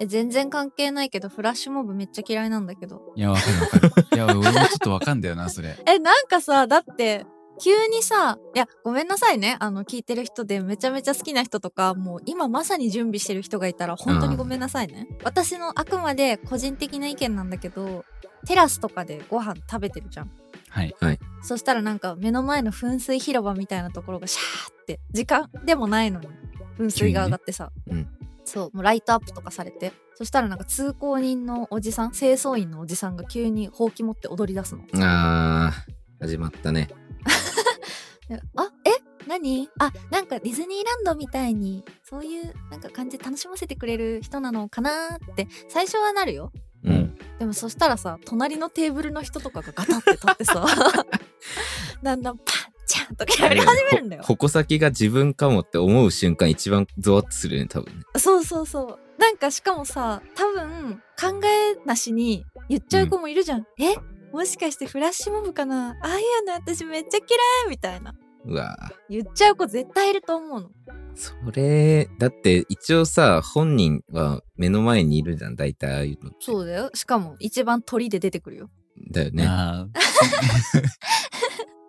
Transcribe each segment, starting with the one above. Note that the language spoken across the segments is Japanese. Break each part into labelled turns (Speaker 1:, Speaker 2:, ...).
Speaker 1: え全然関係ないけどフラッシュモブめっちゃ嫌いなんだけど
Speaker 2: いや、わかるわかる。いや、俺もちょっとわかんだよな、それ。
Speaker 1: えなんかさだって急にさいやごめんなさいねあの聞いてる人でめちゃめちゃ好きな人とかもう今まさに準備してる人がいたら本当にごめんなさいね、私のあくまで個人的な意見なんだけどテラスとかでご飯食べてるじゃん
Speaker 2: はい。
Speaker 1: そしたらなんか目の前の噴水広場みたいなところがシャーって時間でもないのに噴水が上がってさ、
Speaker 3: 急にね
Speaker 1: そうもうライトアップとかされてそしたらなんか通行人のおじさん清掃員のおじさんが急にほうき持って踊り出すの。
Speaker 3: あー、始まったね。
Speaker 1: であえ何あなんかディズニーランドみたいにそういうなんか感じで楽しませてくれる人なのかなーって最初はなるよ
Speaker 3: うん。
Speaker 1: でもそしたらさ隣のテーブルの人とかがガタって立 ってさだんだんパンチャンとかやり始めるんだよ
Speaker 3: ほ矛先が自分かもって思う瞬間一番ゾワッとするよね、多分ね。
Speaker 1: そうそうそうなんかしかもさ多分考えなしに言っちゃう子もいるじゃん、えもしかしてフラッシュモブかなああいうの私めっちゃ嫌いみたいな
Speaker 3: うわー。
Speaker 1: 言っちゃう子絶対いると思うの
Speaker 3: それ、だって一応さ、本人は目の前にいるじゃん、大体ああいうのって。
Speaker 1: そうだよしかも一番鳥で出てくるよ
Speaker 3: だよね。
Speaker 2: あー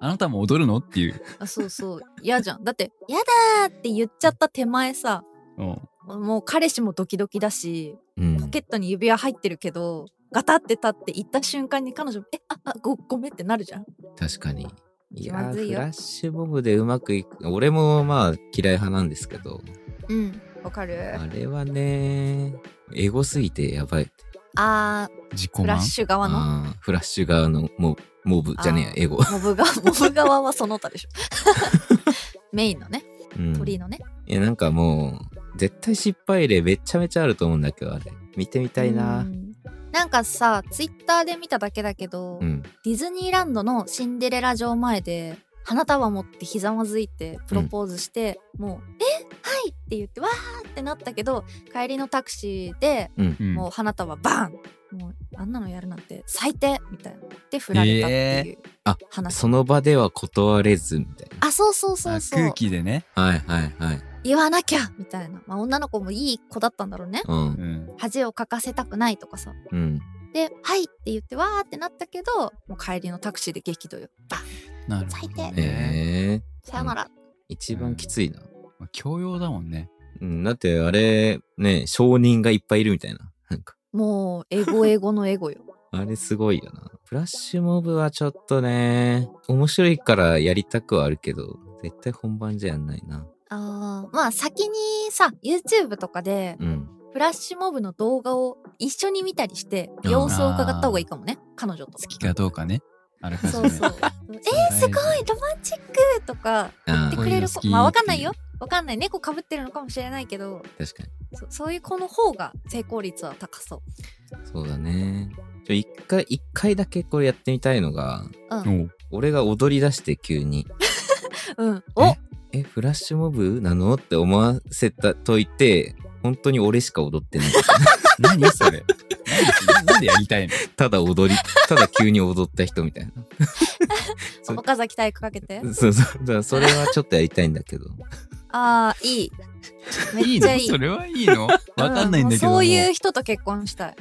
Speaker 2: あなたも踊るのっていう。
Speaker 1: あそうそう嫌じゃんだって「やだ!」って言っちゃった手前さ
Speaker 2: うん
Speaker 1: もう彼氏もドキドキだし
Speaker 3: うん
Speaker 1: ポケットに指輪入ってるけどガタって立って行った瞬間に彼女もえああごごめんってなるじゃん
Speaker 3: 確かに。いや
Speaker 1: 気まず
Speaker 3: ー
Speaker 1: い
Speaker 3: フ
Speaker 1: よ
Speaker 3: ラッシュボブでうまくいく。俺もまあ嫌い派なんですけど、
Speaker 1: うんわかる
Speaker 3: あれはね、エゴすぎてやばい。
Speaker 1: あー
Speaker 2: 自己
Speaker 1: フラ
Speaker 2: 満
Speaker 1: ッ。シュ側の
Speaker 3: あーフラッシュ側のモモブじゃねえや、エゴ。
Speaker 1: モブ側モブ側はその他でしょメインのね
Speaker 3: うん
Speaker 1: 鳥居のね
Speaker 3: いやなんかもう、絶対失敗例めちゃめちゃあると思うんだけど、あれ。見てみたいな
Speaker 1: う。んなんかさツイッターで見ただけだけど、
Speaker 3: うん。
Speaker 1: ディズニーランドのシンデレラ城前で花束持ってひざまずいてプロポーズして、もう「えはい!」って言ってわーってなったけど帰りのタクシーで
Speaker 2: うん
Speaker 1: もう花束バーン、もうあんなのやるなんて最低みたいなで振られたっていう
Speaker 3: ーあ
Speaker 1: 話、
Speaker 3: その場では断れず、みたい
Speaker 1: あそうそうそ
Speaker 2: あ
Speaker 1: うそ
Speaker 2: 空
Speaker 1: う
Speaker 2: 気でね。
Speaker 3: な。はいはいはい。
Speaker 1: 言わなきゃみたいな、まあ、女の子もいい子だったんだろうね
Speaker 3: うん。
Speaker 2: うん。
Speaker 1: 恥をかかせたくないとかさ
Speaker 3: うん。
Speaker 1: で「はい」って言ってわーってなったけどもう帰りのタクシーで激怒よバン
Speaker 2: なるほど
Speaker 1: 最低
Speaker 2: ね。
Speaker 3: ええ
Speaker 1: さよなら
Speaker 3: 一番きついな。
Speaker 2: まあ教養だもんね。
Speaker 3: うん、だってあれ、ね、証人がいっぱいいるみたいな。なんか、
Speaker 1: もうエゴエゴのエゴよ
Speaker 3: あれすごいよな。フラッシュモブはちょっとね、面白いからやりたくはあるけど、絶対本番じゃやんないな。
Speaker 1: あーまあ先にさ YouTube とかで
Speaker 3: うん。
Speaker 1: フラッシュモブの動画を一緒に見たりして
Speaker 3: うん
Speaker 1: 様子を伺った方がいいかもね彼女と
Speaker 2: 好きかどうかね。あらかじ
Speaker 1: そ
Speaker 2: め。
Speaker 1: うそう えー、すごいロマンチックとか言
Speaker 3: あ
Speaker 1: って
Speaker 3: あ、
Speaker 1: くれる
Speaker 2: こ
Speaker 1: 子
Speaker 2: ういうの好き
Speaker 1: まあわかんないよわかんない猫かぶってるのかもしれないけど
Speaker 3: 確かに。
Speaker 1: そそういう子の方が成功率は高そう
Speaker 3: そうだね。ちょ、一回、一回だけこれやってみたいのが、
Speaker 1: うん
Speaker 2: おう
Speaker 3: 俺が踊り出して急に、
Speaker 1: うんお
Speaker 3: え、フラッシュモブなのって思わせたといて、本当に俺しか踊ってない。
Speaker 2: 何それ何なんでやりたいの
Speaker 3: ただ踊り、ただ急に踊った人みたいな。そう
Speaker 1: 岡崎体育かけて
Speaker 3: そうそう。だからそれはちょっとやりたいんだけど。
Speaker 1: ああいいめ
Speaker 2: い
Speaker 1: っ
Speaker 2: い
Speaker 1: ちゃい
Speaker 2: の
Speaker 1: い
Speaker 2: それはいいのわかんない
Speaker 1: う
Speaker 2: んだけど。
Speaker 1: もうそう
Speaker 2: う。
Speaker 1: いう人と結婚したい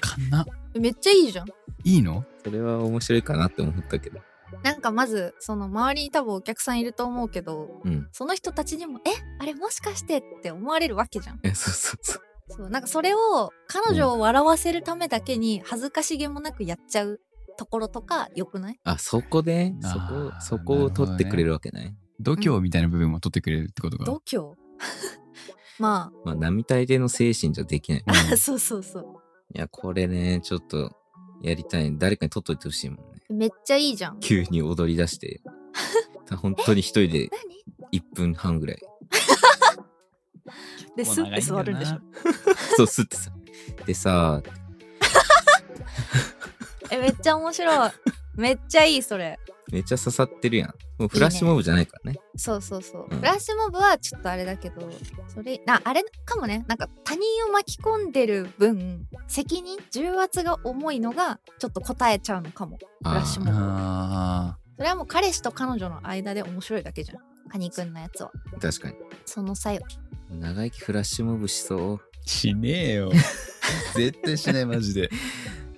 Speaker 2: かんな。
Speaker 1: めっちゃいいじゃん
Speaker 2: いいの
Speaker 3: それは面白いかなって思ったけど。
Speaker 1: なんかまずその周りに多分お客さんいると思うけど
Speaker 3: うん。
Speaker 1: その人たちにも「えあれもしかして?」って思われるわけじゃん
Speaker 3: え、そうそうそう。
Speaker 1: そうなんかそれを彼女を笑わせるためだけに恥ずかしげもなくやっちゃうところとかよくない
Speaker 3: あ、そこで、そこ
Speaker 2: あー、
Speaker 3: そこを取ってくれるわけない。
Speaker 2: 度胸みたいな部分も取ってくれるってことが。
Speaker 1: 度胸 ま
Speaker 3: まあ、並大抵の精神じゃできない。
Speaker 1: あ、
Speaker 3: い
Speaker 1: そうそうそ
Speaker 3: や、これね、ちょっと、やりたい。誰かに取っといてほしいもんね。
Speaker 1: うめっちゃいいじゃん
Speaker 3: 急に踊り出して。本当に一人で
Speaker 1: 何
Speaker 3: 1分半ぐらい。
Speaker 1: でスッて座るんでしょ
Speaker 3: そう、すってさ。でさ、
Speaker 1: えめっちゃ面白いめっちゃいいそれ
Speaker 3: めっちゃ刺さってるやん。もうフラッシュモブじゃないからね。
Speaker 1: そうそうそう、
Speaker 3: うん
Speaker 1: フラッシュモブはちょっとあれだけどそれなあれかもねなんか他人を巻き込んでる分責任重圧が重いのがちょっと答えちゃうのかもフラッシュ
Speaker 3: あ
Speaker 1: モ
Speaker 3: ー
Speaker 1: ブ
Speaker 2: ああ。
Speaker 1: それはもう彼氏と彼女の間で面白いだけじゃんカニくんのやつは
Speaker 3: 確かに。
Speaker 1: その際
Speaker 3: 長生きフラッシュモブしそ
Speaker 2: しねえよ。絶対しない、マジで。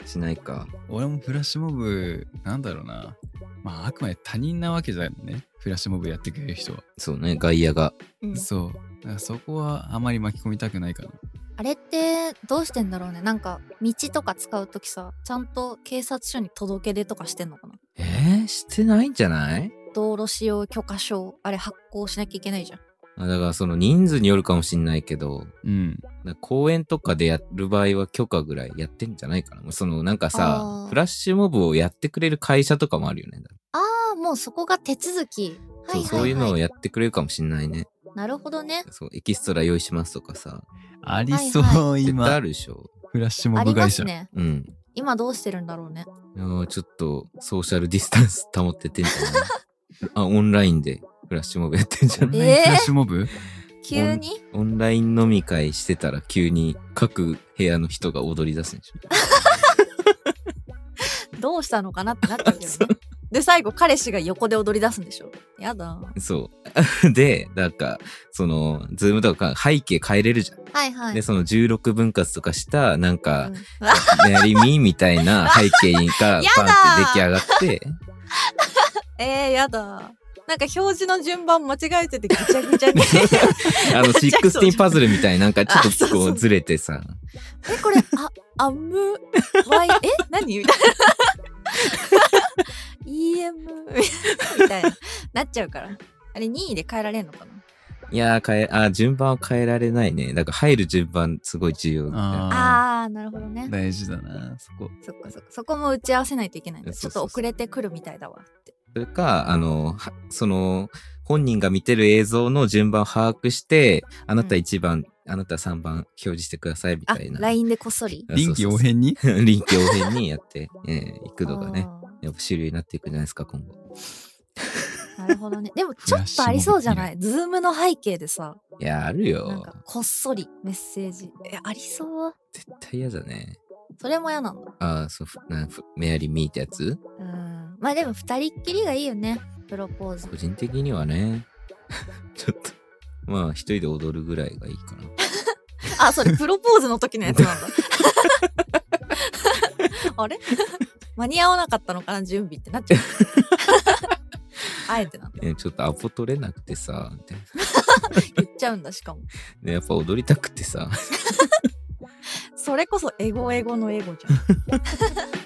Speaker 3: うしないか。
Speaker 2: 俺もフラッシュモブ、なんだろうな。まあ、あくまで他人なわけじゃんね。フラッシュモブやってくれる人は。
Speaker 3: そうね、外野が。
Speaker 1: うん
Speaker 2: そう。だからそこはあまり巻き込みたくないかな。
Speaker 1: あれってどうしてんだろうねなんか道とか使う時さちゃんと警察署に届け出とかしてんのかな
Speaker 3: えー、してないんじゃない
Speaker 1: 道路使用許可証あれ発行しなきゃいけないじゃん
Speaker 3: あだからその人数によるかもしんないけど、
Speaker 2: うん。
Speaker 3: だから公園とかでやる場合は許可ぐらいやってんじゃないかな。そのなんか
Speaker 1: あ
Speaker 3: さ
Speaker 1: ー、
Speaker 3: フラッシュモブをやってくれる会社とかもあるよね。
Speaker 1: ああもうそこが手続きは
Speaker 3: そ
Speaker 1: いうは
Speaker 3: そうい
Speaker 1: いう
Speaker 3: の
Speaker 1: は
Speaker 3: を
Speaker 1: い
Speaker 3: やってくれるかもしんないね。
Speaker 1: なるほどね
Speaker 3: そうエキストラ用意しますとかさ、
Speaker 2: ありそう、
Speaker 1: はい
Speaker 3: 絶対あ
Speaker 2: 今。
Speaker 3: るでしょ。
Speaker 2: フラッシュ
Speaker 1: あ
Speaker 2: モ
Speaker 1: り
Speaker 2: ブ
Speaker 1: ま
Speaker 2: 会
Speaker 1: す
Speaker 2: 社。
Speaker 1: ね
Speaker 3: うん。
Speaker 1: 今どうしてるんだろうね
Speaker 3: いやーちょっとソーシャルディスタンス保っててんじゃない あ、オンラインでフラッシュモブやってんじゃ
Speaker 2: オン
Speaker 3: ない
Speaker 2: ラインフラッシュモブ、
Speaker 1: 急に
Speaker 3: オンライン飲み会してたら急に各部屋の人が踊り出すんでしょ。
Speaker 1: どうしたのかなってなっちゃうけどね で最後彼氏が横で踊り出すんでしょやだ
Speaker 3: そう。 で、なんか、その、ズームとか背景変えれるじゃん。
Speaker 1: はいはい
Speaker 3: で、その16分割とかした、なん
Speaker 1: う
Speaker 3: か
Speaker 1: ん、
Speaker 3: やりみみたいな背景 が
Speaker 1: やだ
Speaker 3: バンって出来上がって、
Speaker 1: えー、やだなんか表示の順番間違えててぐちゃぐちゃに
Speaker 3: あの、16パズルみたいな、なんかちょ
Speaker 1: あ
Speaker 3: っ
Speaker 1: そう
Speaker 3: と
Speaker 1: そう
Speaker 3: こうずれてさ、
Speaker 1: えこれあアムワイえ何 みたいな EM みたいななっちゃうからあれ任意で変えられんのかない
Speaker 3: やー、変え、あー、順番は変えられないね。だから入る順番すごい重要だね。
Speaker 2: あ
Speaker 1: あーなるほどね
Speaker 2: あ。大事だな、そこ。
Speaker 1: そっかそっかそこも打ち合わせないといけないんだち
Speaker 3: そ
Speaker 1: ょ
Speaker 3: う
Speaker 1: っ
Speaker 3: そうそう
Speaker 1: と遅れてくるみたいだわって
Speaker 3: それか、あの、はその、本人が見てる映像の順番を把握して、あなた1番、あなた3番表示してくださいみ
Speaker 1: あ
Speaker 3: たいな。
Speaker 1: LINE でこっそり
Speaker 3: あ
Speaker 2: 臨機応変に
Speaker 3: そうそうそう 臨機応変にやって、えー、いくのがね、
Speaker 1: あー
Speaker 3: やっぱ主流になっていくんじゃないですか、今後。
Speaker 1: なるほどね。でもちょっとありそうじゃないズームの背景でさ、
Speaker 3: いや、ある
Speaker 1: なん
Speaker 3: よ
Speaker 1: か。こっそりメッセージ。え、ありそう
Speaker 3: 絶対嫌だね。
Speaker 1: それも嫌なんだ。
Speaker 3: ああ、そう、ふなんふメアリー・ミーってやつ
Speaker 1: うん。まあでも二人っきりがいいよね。プロポーズ
Speaker 3: 個。人的にはね、 ちょっと、まあ、一人で踊るぐらいがいいかな。
Speaker 1: あ、それプロポーズの時のやつ なんだ。あれ間に合わなかったのかな準備ってなっ ちゃう。あえてなんだ。
Speaker 3: えーちょっとアポ取れなくてさ、みたいな
Speaker 1: 言っちゃうんだ、しかも。
Speaker 3: でやっぱ踊りたくてさ。
Speaker 1: それこそエゴエゴのエゴじゃん。